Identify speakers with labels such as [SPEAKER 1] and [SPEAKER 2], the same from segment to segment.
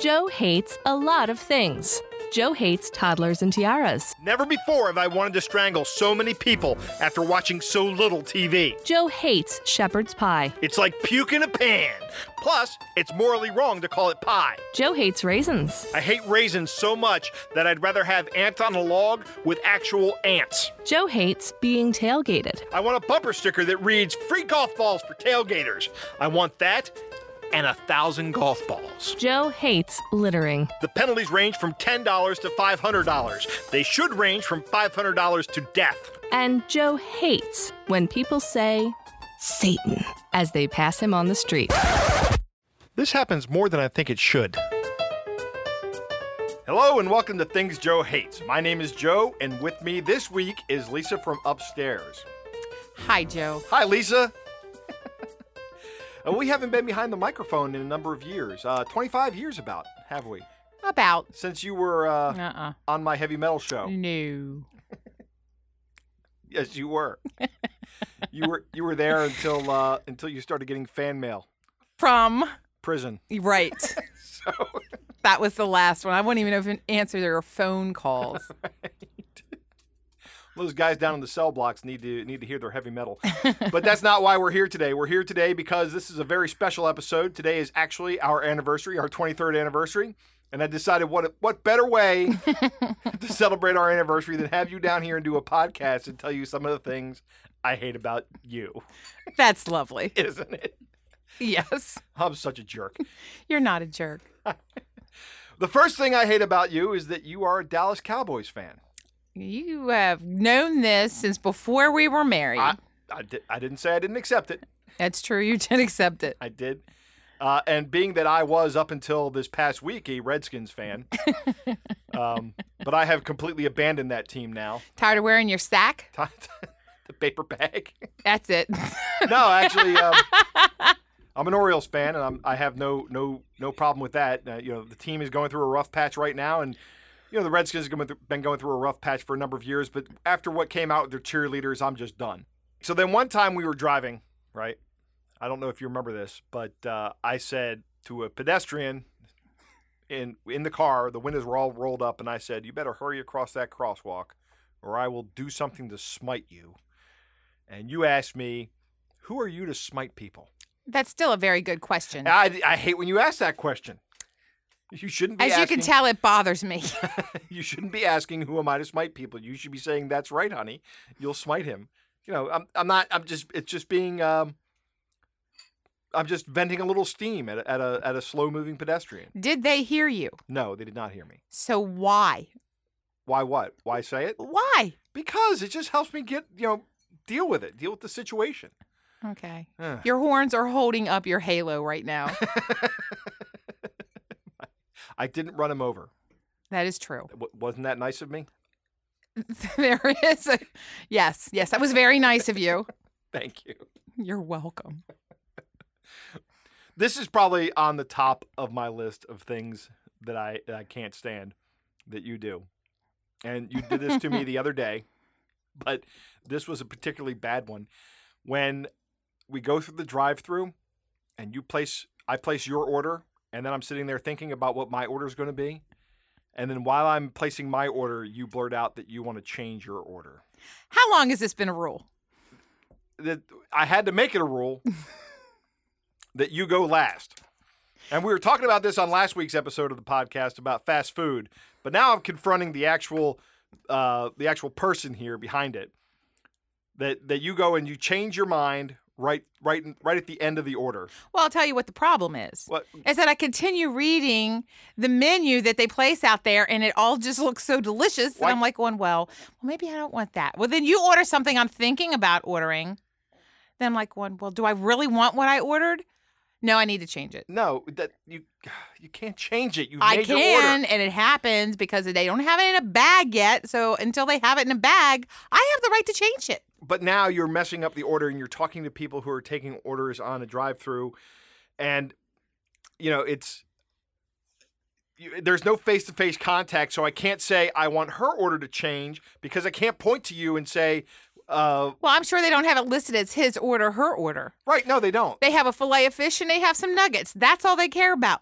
[SPEAKER 1] Joe hates a lot of things. Joe hates toddlers and tiaras.
[SPEAKER 2] Never before have I wanted to strangle so many people after watching so little TV.
[SPEAKER 1] Joe hates shepherd's pie.
[SPEAKER 2] It's like puke in a pan. Plus, it's morally wrong to call it pie.
[SPEAKER 1] Joe hates raisins.
[SPEAKER 2] I hate raisins so much that I'd rather have ants on a log with actual ants.
[SPEAKER 1] Joe hates being tailgated.
[SPEAKER 2] I want a bumper sticker that reads free golf balls for tailgaters. I want that and a thousand golf balls.
[SPEAKER 1] Joe hates littering.
[SPEAKER 2] The penalties range from $10 to $500. They should range from $500 to death.
[SPEAKER 1] And Joe hates when people say, Satan, as they pass him on the street.
[SPEAKER 2] This happens more than I think it should. Hello and welcome to Things Joe Hates. My name is Joe, and with me this week is Lisa from upstairs.
[SPEAKER 3] Hi, Joe.
[SPEAKER 2] Hi, Lisa. Uh, we haven't been behind the microphone in a number of years. Uh, 25 years, about, have we?
[SPEAKER 3] About.
[SPEAKER 2] Since you were uh,
[SPEAKER 3] Uh
[SPEAKER 2] on my heavy metal show.
[SPEAKER 3] uh No.
[SPEAKER 2] Yes, you were. you were you were there until uh, until you started getting fan mail,
[SPEAKER 3] From.
[SPEAKER 2] prison.
[SPEAKER 3] Right.
[SPEAKER 2] So
[SPEAKER 3] that was the last one. I wouldn't even know if an answer their phone calls.
[SPEAKER 2] those guys down in the cell blocks need to need to hear their heavy metal. but that's not why we're here today. We're here today because this is a very special episode. Today is actually our anniversary, our 23rd anniversary. And I decided what what better way to celebrate our anniversary than have you down here and do a podcast and tell you some of the things I hate about you,
[SPEAKER 3] That's lovely.
[SPEAKER 2] isn't it?
[SPEAKER 3] Yes.
[SPEAKER 2] I'm such a jerk.
[SPEAKER 3] You're not a jerk.
[SPEAKER 2] The first thing I hate about you is that you are a Dallas Cowboys fan.
[SPEAKER 3] You have known this since before we were married.
[SPEAKER 2] I, I, di- I didn't say I didn't accept it.
[SPEAKER 3] That's true. You did accept it.
[SPEAKER 2] I did. Uh, and being that I was up until this past week a Redskins fan, um, but I have completely abandoned that team now.
[SPEAKER 3] Tired of wearing your sack?
[SPEAKER 2] T- t- the paper bag.
[SPEAKER 3] That's it.
[SPEAKER 2] no, actually, um, I'm an Orioles fan, and I'm, I have no no no problem with that. Uh, you know, the team is going through a rough patch right now, and you know the Redskins have gone- been going through a rough patch for a number of years. But after what came out with their cheerleaders, I'm just done. So then one time we were driving, right? I don't know if you remember this, but uh, I said to a pedestrian in in the car, the windows were all rolled up, and I said, "You better hurry across that crosswalk, or I will do something to smite you." And you asked me, "Who are you to smite people?"
[SPEAKER 3] That's still a very good question.
[SPEAKER 2] I, I hate when you ask that question. You shouldn't be
[SPEAKER 3] As you can
[SPEAKER 2] asking-
[SPEAKER 3] tell, it bothers me.
[SPEAKER 2] you shouldn't be asking who am I to smite people. You should be saying that's right, honey. You'll smite him. You know, I'm I'm not I'm just it's just being um I'm just venting a little steam at a, at a at a slow moving pedestrian.
[SPEAKER 3] Did they hear you?
[SPEAKER 2] No, they did not hear me.
[SPEAKER 3] So why?
[SPEAKER 2] Why what? Why say it?
[SPEAKER 3] Why?
[SPEAKER 2] Because it just helps me get, you know, deal with it, deal with the situation.
[SPEAKER 3] Okay.
[SPEAKER 2] Ugh.
[SPEAKER 3] Your horns are holding up your halo right now.
[SPEAKER 2] I didn't run him over.
[SPEAKER 3] that is true.
[SPEAKER 2] W- wasn't that nice of me?
[SPEAKER 3] There is a yes, yes. That was very nice of you.
[SPEAKER 2] Thank you.
[SPEAKER 3] You're welcome.
[SPEAKER 2] this is probably on the top of my list of things that I that I can't stand that you do. And you did this to me the other day, but this was a particularly bad one. When we go through the drive-through and you place I place your order and then I'm sitting there thinking about what my order is going to be. And then while I'm placing my order, you blurt out that you want to change your order.
[SPEAKER 3] How long has this been a rule?
[SPEAKER 2] That I had to make it a rule that you go last. And we were talking about this on last week's episode of the podcast about fast food, but now I'm confronting the actual uh, the actual person here behind it. That that you go and you change your mind right right right at the end of the order.
[SPEAKER 3] Well, I'll tell you what the problem is.
[SPEAKER 2] What
[SPEAKER 3] Is that I continue reading the menu that they place out there, and it all just looks so delicious. And
[SPEAKER 2] Why-
[SPEAKER 3] I'm like, going, well, well, maybe I don't want that. Well, then you order something I'm thinking about ordering. Then I'm like, going, well, do I really want what I ordered? No, I need to change it.
[SPEAKER 2] no that you you can't change it. You
[SPEAKER 3] I
[SPEAKER 2] made your
[SPEAKER 3] can,
[SPEAKER 2] order.
[SPEAKER 3] and it happens because they don't have it in a bag yet. So until they have it in a bag, I have the right to change it.
[SPEAKER 2] But now you're messing up the order and you're talking to people who are taking orders on a drive-through and you know, it's you, there's no face-to-face contact, so I can't say I want her order to change because I can't point to you and say uh,
[SPEAKER 3] Well, I'm sure they don't have it listed as his order, her order.
[SPEAKER 2] right, no, they don't.
[SPEAKER 3] They have a fillet of fish and they have some nuggets. That's all they care about.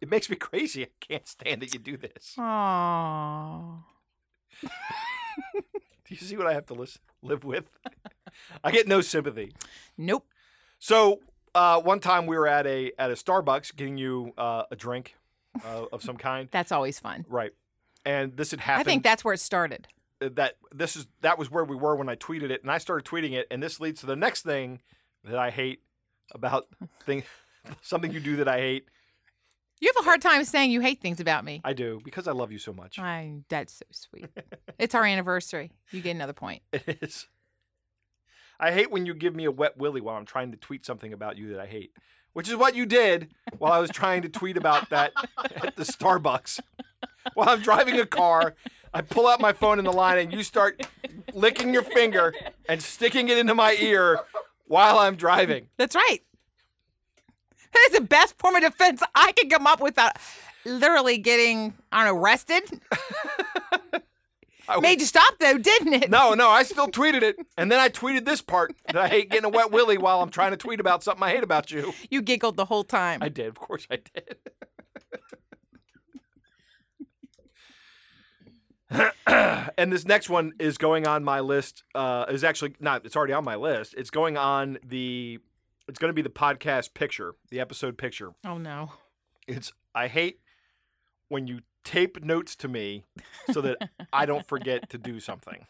[SPEAKER 2] it makes me crazy. I can't stand that you do this.
[SPEAKER 3] Oh.
[SPEAKER 2] Do you see what I have to listen, live with? I get no sympathy.
[SPEAKER 3] Nope.
[SPEAKER 2] So uh, one time we were at a at a Starbucks getting you uh, a drink uh, of some kind,
[SPEAKER 3] That's always fun.
[SPEAKER 2] right? And this had happened. uh,
[SPEAKER 3] I think that's where it started.
[SPEAKER 2] that this is that was where we were when I tweeted it, and I started tweeting it, and this leads to the next thing that I hate about thing, something you do that I hate.
[SPEAKER 3] You have a hard time saying you hate things about me.
[SPEAKER 2] I do because I love you so much.
[SPEAKER 3] I, that's so sweet. it's our anniversary. You get another point.
[SPEAKER 2] It is. I hate when you give me a wet willy while I'm trying to tweet something about you that I hate, which is what you did while I was trying to tweet about that at the Starbucks. While I'm driving a car, I pull out my phone in the line and you start licking your finger and sticking it into my ear while I'm driving.
[SPEAKER 3] That's right. That is the best form of defense I can come up with without literally getting, I don't know, arrested.
[SPEAKER 2] Oh. I
[SPEAKER 3] Made you stop though, didn't it?
[SPEAKER 2] No, no, I still tweeted it. And then I tweeted this part that I hate getting a wet willy while I'm trying to tweet about something I hate about you.
[SPEAKER 3] You giggled the whole time.
[SPEAKER 2] I did, of course I did. and this next one is going on my list. Uh, is actually not. It's already on my list. It's going on the. It's going to be the podcast picture, the episode picture.
[SPEAKER 3] oh no.
[SPEAKER 2] It's I hate when you tape notes to me so that I don't forget to do something.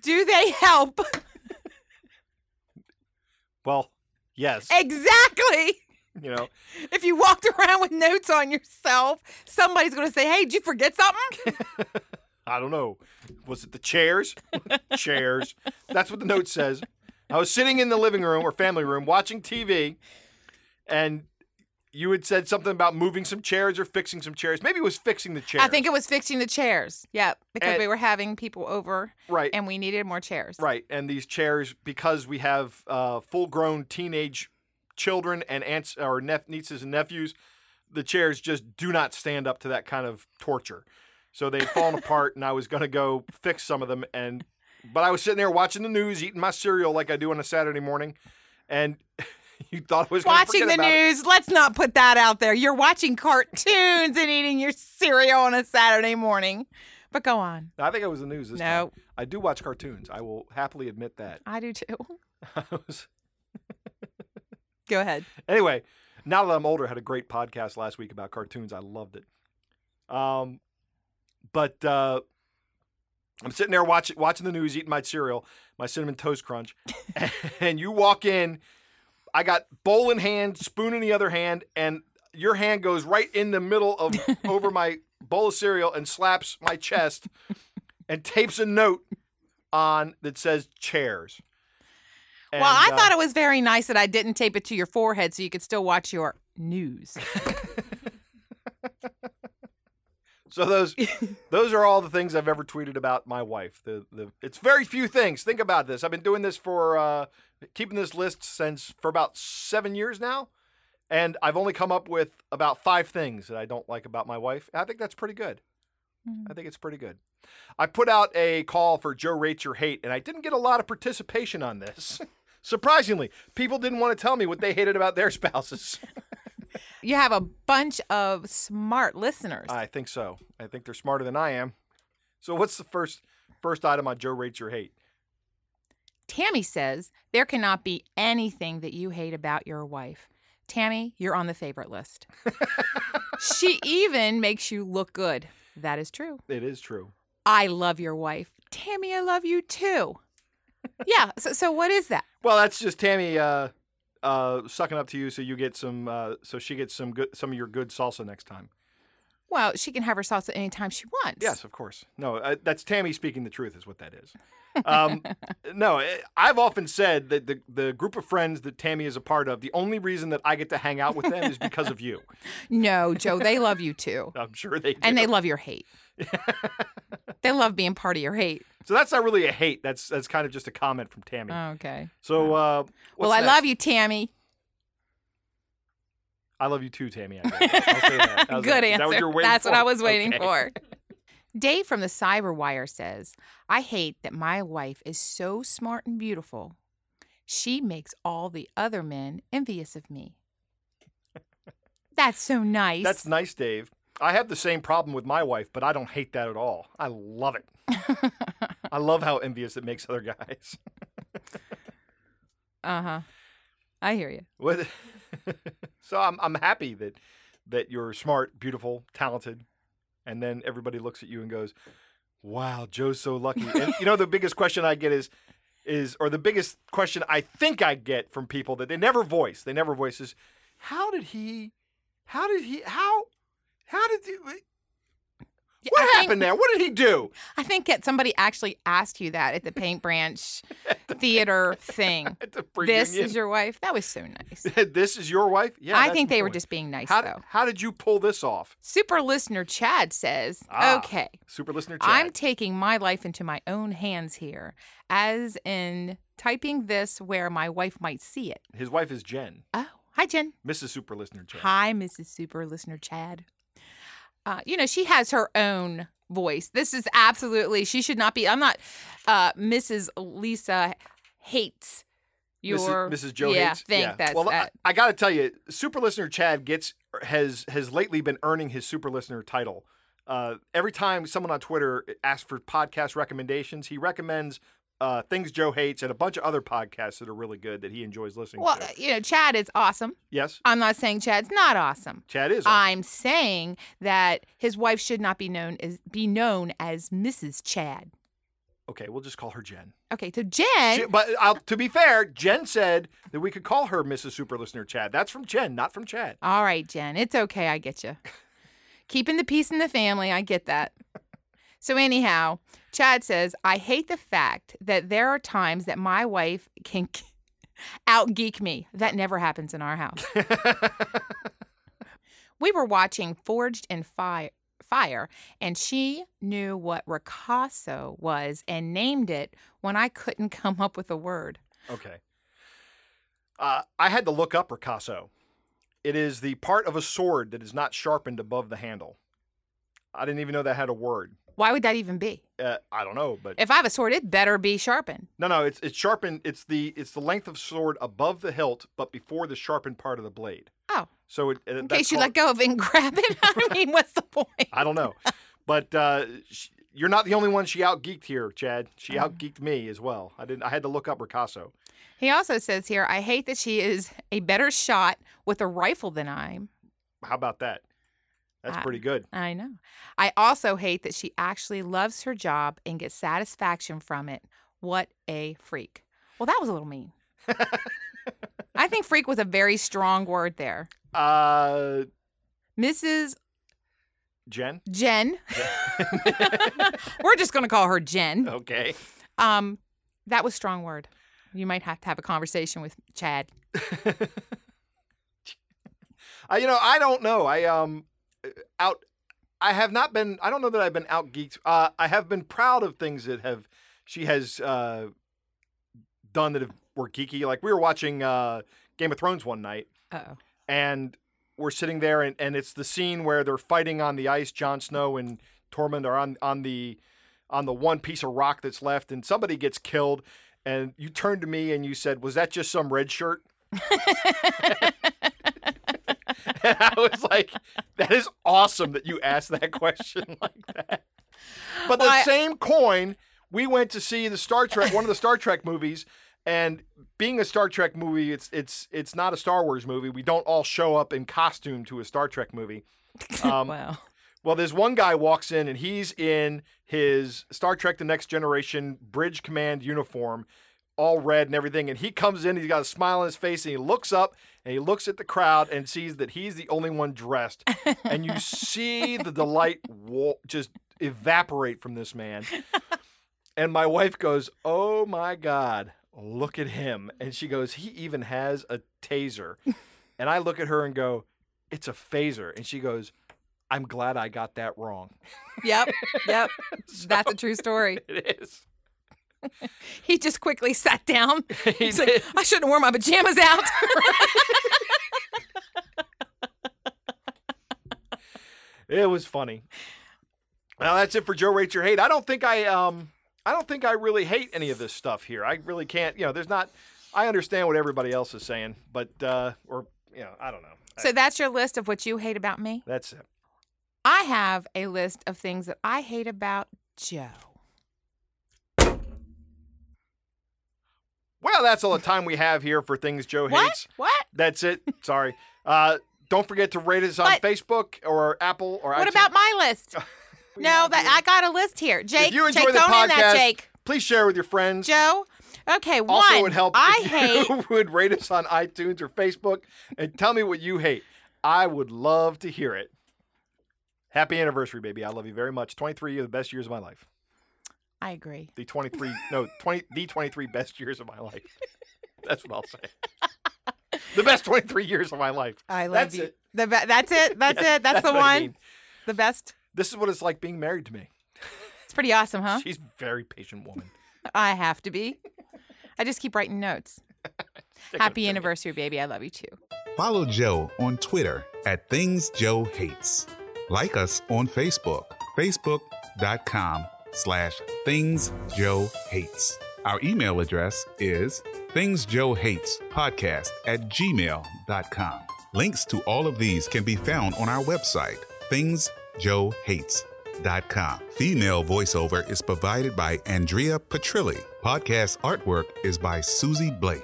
[SPEAKER 3] Do they help?
[SPEAKER 2] Well, yes,
[SPEAKER 3] exactly.
[SPEAKER 2] you know.
[SPEAKER 3] If you walked around with notes on yourself, somebody's going to say, "Hey, did you forget something?"
[SPEAKER 2] I don't know. Was it the chairs? chairs. That's what the note says. I was sitting in the living room or family room watching TV, and you had said something about moving some chairs or fixing some chairs. Maybe it was fixing the chairs.
[SPEAKER 3] I think it was fixing the chairs. Yeah, because
[SPEAKER 2] And-
[SPEAKER 3] we were having people over
[SPEAKER 2] right,
[SPEAKER 3] and we needed more chairs.
[SPEAKER 2] right. And these chairs, because we have uh, full-grown teenage children and aunts or nep- nieces and nephews, the chairs just do not stand up to that kind of torture. So they'd fallen apart, and I was going to go fix some of them. And but I was sitting there watching the news, eating my cereal like I do on a Saturday morning, and you thought I was gonna
[SPEAKER 3] Watching
[SPEAKER 2] forget
[SPEAKER 3] the
[SPEAKER 2] about it.
[SPEAKER 3] news, let's not put that out there. You're watching cartoons and eating your cereal on a Saturday morning. But go on.
[SPEAKER 2] I think it was the news. This
[SPEAKER 3] No.
[SPEAKER 2] time. I do watch cartoons. I will happily admit that.
[SPEAKER 3] I do too.
[SPEAKER 2] I was-
[SPEAKER 3] Go ahead.
[SPEAKER 2] anyway, now that I'm older, I had a great podcast last week about cartoons. I loved it. Um, but uh, I'm sitting there watching watching the news, eating my cereal, my cinnamon toast crunch, and you walk in. I got bowl in hand, spoon in the other hand, and your hand goes right in the middle of over my bowl of cereal and slaps my chest and tapes a note on that says chairs.
[SPEAKER 3] well, I
[SPEAKER 2] And, uh,
[SPEAKER 3] thought it was very nice that I didn't tape it to your forehead so you could still watch your news.
[SPEAKER 2] So those those are all the things I've ever tweeted about my wife. The the it's very few things. Think about this. I've been doing this for uh, keeping this list since for about seven years now, and I've only come up with about five things that I don't like about my wife. And I think that's pretty good. I think it's pretty good. I put out a call for Joe Rate Your Hate, and I didn't get a lot of participation on this. Surprisingly, people didn't want to tell me what they hated about their spouses.
[SPEAKER 3] You have a bunch of smart listeners.
[SPEAKER 2] I think so. I think they're smarter than I am. So what's the first first item on Joe rates your hate?
[SPEAKER 3] Tammy says there cannot be anything that you hate about your wife. Tammy, you're on the favorite list. she even makes you look good. That is true.
[SPEAKER 2] It is true.
[SPEAKER 3] I love your wife. Tammy, I love you too. yeah. So, so what is that?
[SPEAKER 2] Well, that's just Tammy uh, uh, sucking up to you, so you get some, uh, so she gets some good, some of your good salsa next time.
[SPEAKER 3] Well, she can have her salsa anytime she wants.
[SPEAKER 2] Yes, of course. No, uh, that's Tammy speaking the truth, is what that is. Um, no, I- I've often said that the the group of friends that Tammy is a part of, the only reason that I get to hang out with them is because of you.
[SPEAKER 3] No, Joe, they love you too.
[SPEAKER 2] I'm sure they do.
[SPEAKER 3] And they love your hate. they love being part of your hate.
[SPEAKER 2] so that's not really a hate. That's that's kind of just a comment from Tammy.
[SPEAKER 3] Okay.
[SPEAKER 2] so, uh,
[SPEAKER 3] Oh, well, I love you, Tammy.
[SPEAKER 2] I love you too, Tammy. I guess. I'll say that. How's
[SPEAKER 3] Good
[SPEAKER 2] that? Is that
[SPEAKER 3] answer.
[SPEAKER 2] what you're waiting
[SPEAKER 3] That's what
[SPEAKER 2] for?
[SPEAKER 3] I was waiting
[SPEAKER 2] Okay.
[SPEAKER 3] for. Dave from the Cyberwire says, I hate that my wife is so smart and beautiful. She makes all the other men envious of me. That's so nice.
[SPEAKER 2] That's nice, Dave. I have the same problem with my wife, but I don't hate that at all. I love it. I love how envious it makes other guys.
[SPEAKER 3] uh huh. I hear you.
[SPEAKER 2] What- so I'm I'm happy that that you're smart, beautiful, talented, and then everybody looks at you and goes, "Wow, Joe's so lucky." And you know the biggest question I get is is or the biggest question I think I get from people that they never voice, they never voice is, "How did he? How did he? How? How did he? What
[SPEAKER 3] Yeah, I think-
[SPEAKER 2] happened there? What did he do?"
[SPEAKER 3] I think that somebody actually asked you that at the Paint Branch theater thing.
[SPEAKER 2] At the
[SPEAKER 3] This
[SPEAKER 2] reunion.
[SPEAKER 3] is your wife. That was so nice.
[SPEAKER 2] this is your wife? Yeah,
[SPEAKER 3] I
[SPEAKER 2] that's
[SPEAKER 3] think
[SPEAKER 2] the
[SPEAKER 3] they were
[SPEAKER 2] point.
[SPEAKER 3] just being nice
[SPEAKER 2] How,
[SPEAKER 3] though.
[SPEAKER 2] how did you pull this off?
[SPEAKER 3] Super listener Chad says,
[SPEAKER 2] Ah,
[SPEAKER 3] "Okay,
[SPEAKER 2] Super listener Chad.
[SPEAKER 3] I'm taking my life into my own hands here, as in typing this where my wife might see it."
[SPEAKER 2] His wife is Jen,
[SPEAKER 3] Oh, hi Jen.
[SPEAKER 2] Mrs. Super Listener Jen.
[SPEAKER 3] Hi, Mrs. Super Listener Chad. Uh, you know, she has her own voice. This is absolutely, she should not be. I'm not uh, Mrs. Lisa hates
[SPEAKER 2] Mrs.
[SPEAKER 3] your.
[SPEAKER 2] Mrs. Joe
[SPEAKER 3] yeah,
[SPEAKER 2] Hates.
[SPEAKER 3] Think That's
[SPEAKER 2] well,
[SPEAKER 3] that.
[SPEAKER 2] I, I got to tell you, Super Listener Chad gets has has lately been earning his Super Listener title. Uh, every time someone on Twitter asks for podcast recommendations, he recommends uh, things Joe hates and a bunch of other podcasts that are really good that he enjoys listening
[SPEAKER 3] well, uh,
[SPEAKER 2] to.
[SPEAKER 3] you know, Chad is awesome.
[SPEAKER 2] Yes,
[SPEAKER 3] I'm not saying Chad's not awesome.
[SPEAKER 2] Chad is. on.
[SPEAKER 3] I'm saying that his wife should not be known as be known as Mrs. Chad.
[SPEAKER 2] okay, we'll just call her Jen.
[SPEAKER 3] Okay, so Jen,
[SPEAKER 2] She- but I'll, to be fair, Jen said that we could call her Mrs. Super Listener Chad. That's from Jen, not from Chad.
[SPEAKER 3] All right, Jen. It's okay. I get you. Keeping the peace in the family. I get that. So, anyhow, Chad says, I hate the fact that there are times that my wife can out geek me. That never happens in our house. we were watching Forged in Fire. Fire, and she knew what ricasso was and named it when I couldn't come up with a word.
[SPEAKER 2] Okay. Uh, I had to look up ricasso. It is the part of a sword that is not sharpened above the handle. I didn't even know that had a word.
[SPEAKER 3] Why would that even be?
[SPEAKER 2] Uh, I don't know, but
[SPEAKER 3] If I have a sword, it better be sharpened.
[SPEAKER 2] no, no, it's it's sharpened. It's the it's the length of sword above the hilt, but before the sharpened part of the blade.
[SPEAKER 3] Oh,
[SPEAKER 2] So it,
[SPEAKER 3] in case you let go of it and grab it. I mean, what's the point?
[SPEAKER 2] I don't know, but uh, sh you're not the only one she out geeked here, Chad. She
[SPEAKER 3] Oh.
[SPEAKER 2] out geeked me as well. I didn't. I had to look up ricasso.
[SPEAKER 3] He also says here, I hate that she is a better shot with a rifle than I'm.
[SPEAKER 2] How about that? That's
[SPEAKER 3] Ah.
[SPEAKER 2] pretty good.
[SPEAKER 3] I know. I also hate that she actually loves her job and gets satisfaction from it. What a freak. Well, that was a little mean. I think freak was a very strong word there.
[SPEAKER 2] Uh,
[SPEAKER 3] Mrs.
[SPEAKER 2] Jen.
[SPEAKER 3] Jen. We're just going to call her Jen.
[SPEAKER 2] Okay.
[SPEAKER 3] Um, that was strong word. You might have to have a conversation with Chad.
[SPEAKER 2] I, you know, I don't know. I um out. I have not been. I don't know that I've been out geeked. Uh, I have been proud of things that have she has uh, done that have were geeky. Like we were watching uh, Game of Thrones one night,
[SPEAKER 3] Uh-oh.
[SPEAKER 2] and we're sitting there, and, and it's the scene where they're fighting on the ice. Jon Snow and Tormund are on on the on the one piece of rock that's left, and somebody gets killed. And you turned to me and you said, "Was that just some red shirt?" And I was like, that is awesome that you asked that question like that. But
[SPEAKER 3] Well,
[SPEAKER 2] the
[SPEAKER 3] I-
[SPEAKER 2] same coin, we went to see the Star Trek, one of the Star Trek movies, and being a Star Trek movie, it's it's it's not a Star Wars movie. We don't all show up in costume to a Star Trek movie. Um,
[SPEAKER 3] Wow.
[SPEAKER 2] well, there's one guy walks in and he's in his Star Trek: The Next Generation Bridge Command uniform, all red and everything. And he comes in, he's got a smile on his face, and he looks up and he looks at the crowd and sees that he's the only one dressed. and you see the delight wa- just evaporate from this man. And my wife goes, "Oh my God, look at him!" And she goes, "He even has a taser." And I look at her and go, "It's a phaser." And she goes. I'm glad I got that wrong.
[SPEAKER 3] Yep. Yep. That's a true story.
[SPEAKER 2] It is.
[SPEAKER 3] He just quickly sat down.
[SPEAKER 2] He
[SPEAKER 3] He's like,
[SPEAKER 2] did.
[SPEAKER 3] I shouldn't wear my pajamas out.
[SPEAKER 2] It was funny. Well, that's it for Joe Rates Your Hate. I don't think I um I don't think I really hate any of this stuff here. I really can't you know, there's not I understand what everybody else is saying, but uh or you know, I don't know.
[SPEAKER 3] So that's your list of what you hate about me?
[SPEAKER 2] that's it.
[SPEAKER 3] I have a list of things that I hate about Joe.
[SPEAKER 2] Well, that's all the time we have here for things Joe hates.
[SPEAKER 3] What? What?
[SPEAKER 2] That's it. Sorry. Uh, don't forget to rate us on
[SPEAKER 3] But-
[SPEAKER 2] Facebook or Apple or
[SPEAKER 3] What
[SPEAKER 2] iTunes.
[SPEAKER 3] about my list? no, that I got a list here. Jake,
[SPEAKER 2] you enjoy
[SPEAKER 3] Jake,
[SPEAKER 2] the
[SPEAKER 3] don't end that,
[SPEAKER 2] podcast,
[SPEAKER 3] Jake.
[SPEAKER 2] Please share with your friends.
[SPEAKER 3] Joe. Okay, one.
[SPEAKER 2] also, it would help
[SPEAKER 3] I
[SPEAKER 2] if
[SPEAKER 3] hate.
[SPEAKER 2] you would rate us on iTunes or Facebook and tell me what you hate. I would love to hear it. Happy anniversary, baby. I love you very much. 23 of the best years of my life.
[SPEAKER 3] I agree.
[SPEAKER 2] The 23, no, 20, the 23 best years of my life. That's what I'll say. the best 23 years of my life.
[SPEAKER 3] I love
[SPEAKER 2] That's
[SPEAKER 3] you.
[SPEAKER 2] it.
[SPEAKER 3] The be- that's it. That's
[SPEAKER 2] Yes,
[SPEAKER 3] it. That's, the
[SPEAKER 2] what I
[SPEAKER 3] one.
[SPEAKER 2] mean.
[SPEAKER 3] The best.
[SPEAKER 2] This is what it's like being married to me.
[SPEAKER 3] It's pretty awesome, huh?
[SPEAKER 2] She's a very patient woman.
[SPEAKER 3] I have to be. I just keep writing notes.
[SPEAKER 2] Take it,
[SPEAKER 3] Happy
[SPEAKER 2] take it.
[SPEAKER 3] anniversary, baby. I love you too.
[SPEAKER 4] Follow Joe on Twitter at Things Joe Hates. Like us on Facebook, facebook.com slash Things Joe Hates. Our email address is Things Joe Hates Podcast at gmail.com. Links to all of these can be found on our website, thingsjoehates.com. Female voiceover is provided by Andrea Petrilli. Podcast artwork is by Susie Blake.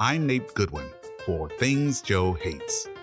[SPEAKER 4] I'm Nate Goodwin for Things Joe Hates.